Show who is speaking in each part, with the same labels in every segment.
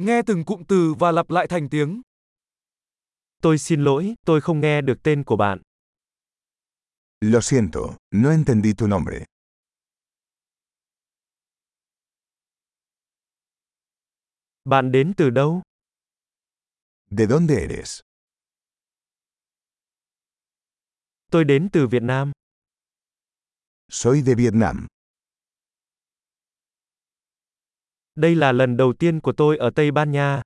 Speaker 1: Nghe từng cụm từ và lặp lại thành tiếng.
Speaker 2: Tôi xin lỗi, tôi không nghe được tên của bạn.
Speaker 3: Lo siento, no entendí tu nombre.
Speaker 2: Bạn đến từ đâu?
Speaker 3: ¿De dónde eres?
Speaker 2: Tôi đến từ Việt Nam.
Speaker 3: Soy de Vietnam.
Speaker 2: Đây là lần đầu tiên của tôi ở Tây Ban Nha.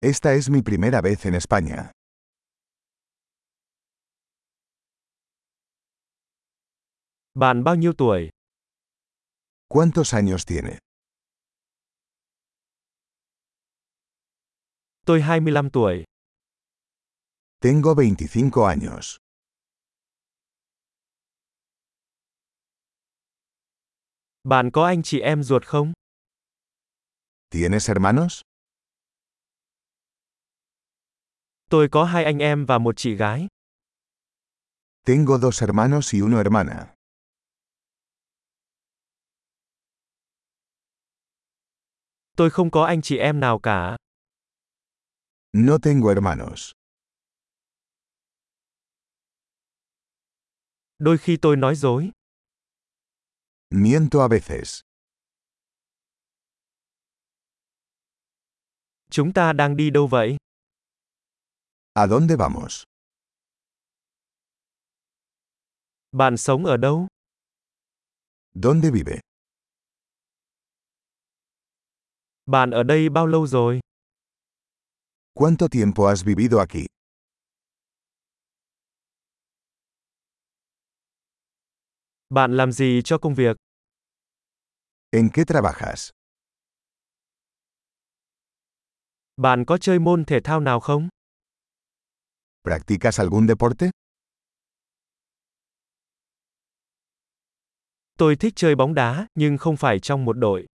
Speaker 3: Esta es mi primera vez en España.
Speaker 2: Bạn bao nhiêu tuổi?
Speaker 3: ¿Cuántos años tiene?
Speaker 2: Tôi 25 tuổi.
Speaker 3: Tengo 25 años.
Speaker 2: Bạn có anh chị em ruột không?
Speaker 3: ¿Tienes hermanos?
Speaker 2: Tôi có hai anh em và một chị gái.
Speaker 3: Tengo dos hermanos y una hermana.
Speaker 2: Tôi không có anh chị em nào cả.
Speaker 3: No tengo hermanos.
Speaker 2: Đôi khi tôi nói dối.
Speaker 3: Miento a veces.
Speaker 2: Chúng ta đang đi đâu vậy?
Speaker 3: ¿A dónde vamos?
Speaker 2: Bạn sống ở đâu?
Speaker 3: ¿Dónde vive?
Speaker 2: Bạn ở đây bao lâu rồi?
Speaker 3: ¿Cuánto tiempo has vivido aquí?
Speaker 2: Bạn làm gì cho công việc?
Speaker 3: ¿En qué trabajas?
Speaker 2: Bạn có chơi môn thể thao nào không?
Speaker 3: ¿Practicas algún deporte?
Speaker 2: Tôi thích chơi bóng đá, nhưng không phải trong một đội.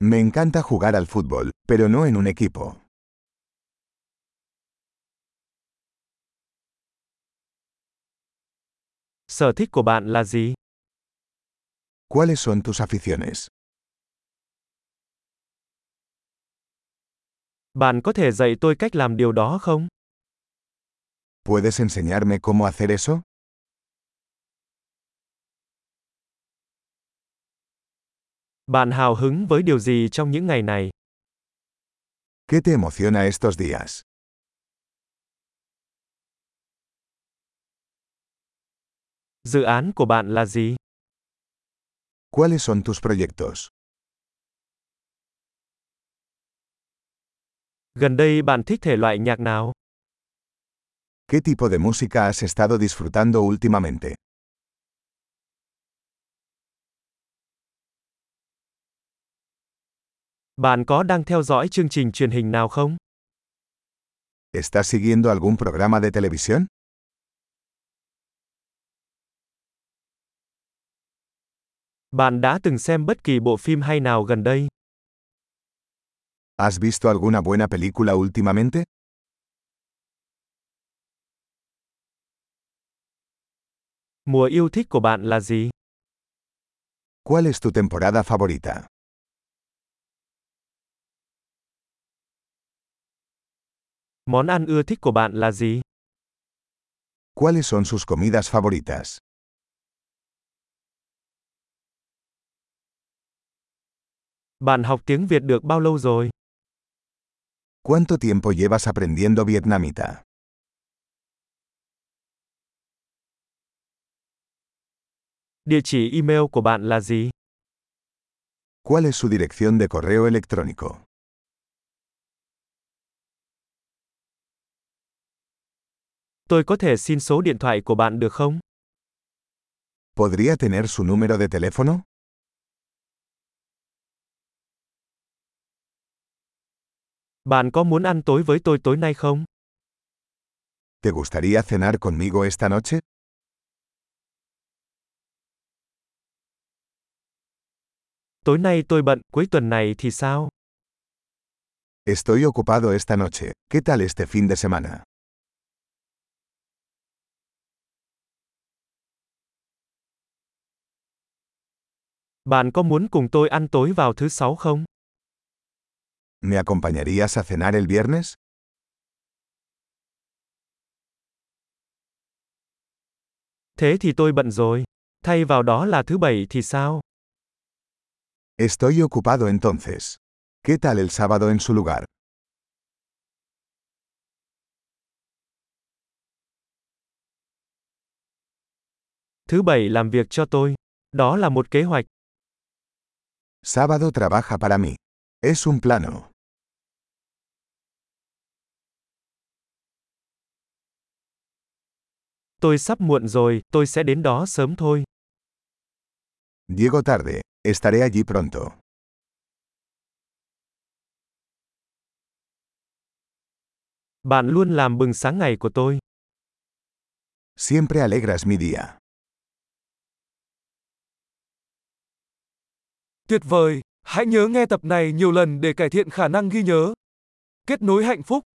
Speaker 3: Me encanta jugar al fútbol, pero no en un equipo.
Speaker 2: Sở thích của bạn là gì?
Speaker 3: ¿Cuáles son tus aficiones?
Speaker 2: Bạn có thể dạy tôi cách làm điều đó không?
Speaker 3: ¿Puedes enseñarme cómo hacer eso?
Speaker 2: Bạn hào hứng với điều gì trong những ngày này?
Speaker 3: ¿Qué te emociona estos días?
Speaker 2: Dự án của bạn là gì?
Speaker 3: ¿Cuáles son tus proyectos?
Speaker 2: Gần đây bạn thích thể loại nhạc nào?
Speaker 3: ¿Qué tipo de música has estado disfrutando últimamente?
Speaker 2: Bạn có đang theo dõi chương trình truyền hình nào không?
Speaker 3: ¿Estás siguiendo algún programa de televisión?
Speaker 2: Bạn đã từng xem bất kỳ bộ phim hay nào gần đây?
Speaker 3: ¿Has visto alguna buena película últimamente?
Speaker 2: Mùa yêu thích của bạn là gì?
Speaker 3: ¿Cuál es tu temporada favorita?
Speaker 2: Món ăn ưa thích của bạn là gì?
Speaker 3: ¿Cuáles son sus comidas favoritas?
Speaker 2: Bạn học tiếng Việt được bao lâu rồi?
Speaker 3: ¿Cuánto tiempo llevas aprendiendo vietnamita?
Speaker 2: Địa chỉ email của bạn là gì?
Speaker 3: ¿Cuál es su dirección de correo electrónico?
Speaker 2: Tôi có thể xin số điện thoại của bạn được không?
Speaker 3: ¿Podría tener su número de teléfono?
Speaker 2: Bạn có muốn ăn tối với tôi tối nay không?
Speaker 3: ¿Te gustaría cenar conmigo esta noche?
Speaker 2: Tối nay tôi bận, cuối tuần này thì sao?
Speaker 3: Estoy ocupado esta noche. ¿Qué tal este fin de semana?
Speaker 2: Bạn có muốn cùng tôi ăn tối vào thứ sáu không?
Speaker 3: ¿Me acompañarías a cenar el viernes?
Speaker 2: Thế thì tôi bận rồi. Thay vào đó là thứ bảy thì sao?
Speaker 3: Estoy ocupado entonces. ¿Qué tal el sábado en su lugar?
Speaker 2: Thứ bảy làm việc cho tôi. Đó là một kế hoạch.
Speaker 3: Sábado trabaja para mí. Es un plano.
Speaker 2: Tôi sắp muộn rồi, tôi sẽ đến đó sớm thôi.
Speaker 3: Llego tarde. Estaré allí pronto.
Speaker 2: Bạn luôn làm bừng sáng ngày của tôi.
Speaker 3: Siempre alegras mi día.
Speaker 1: Tuyệt vời! Hãy nhớ nghe tập này nhiều lần để cải thiện khả năng ghi nhớ. Kết nối hạnh phúc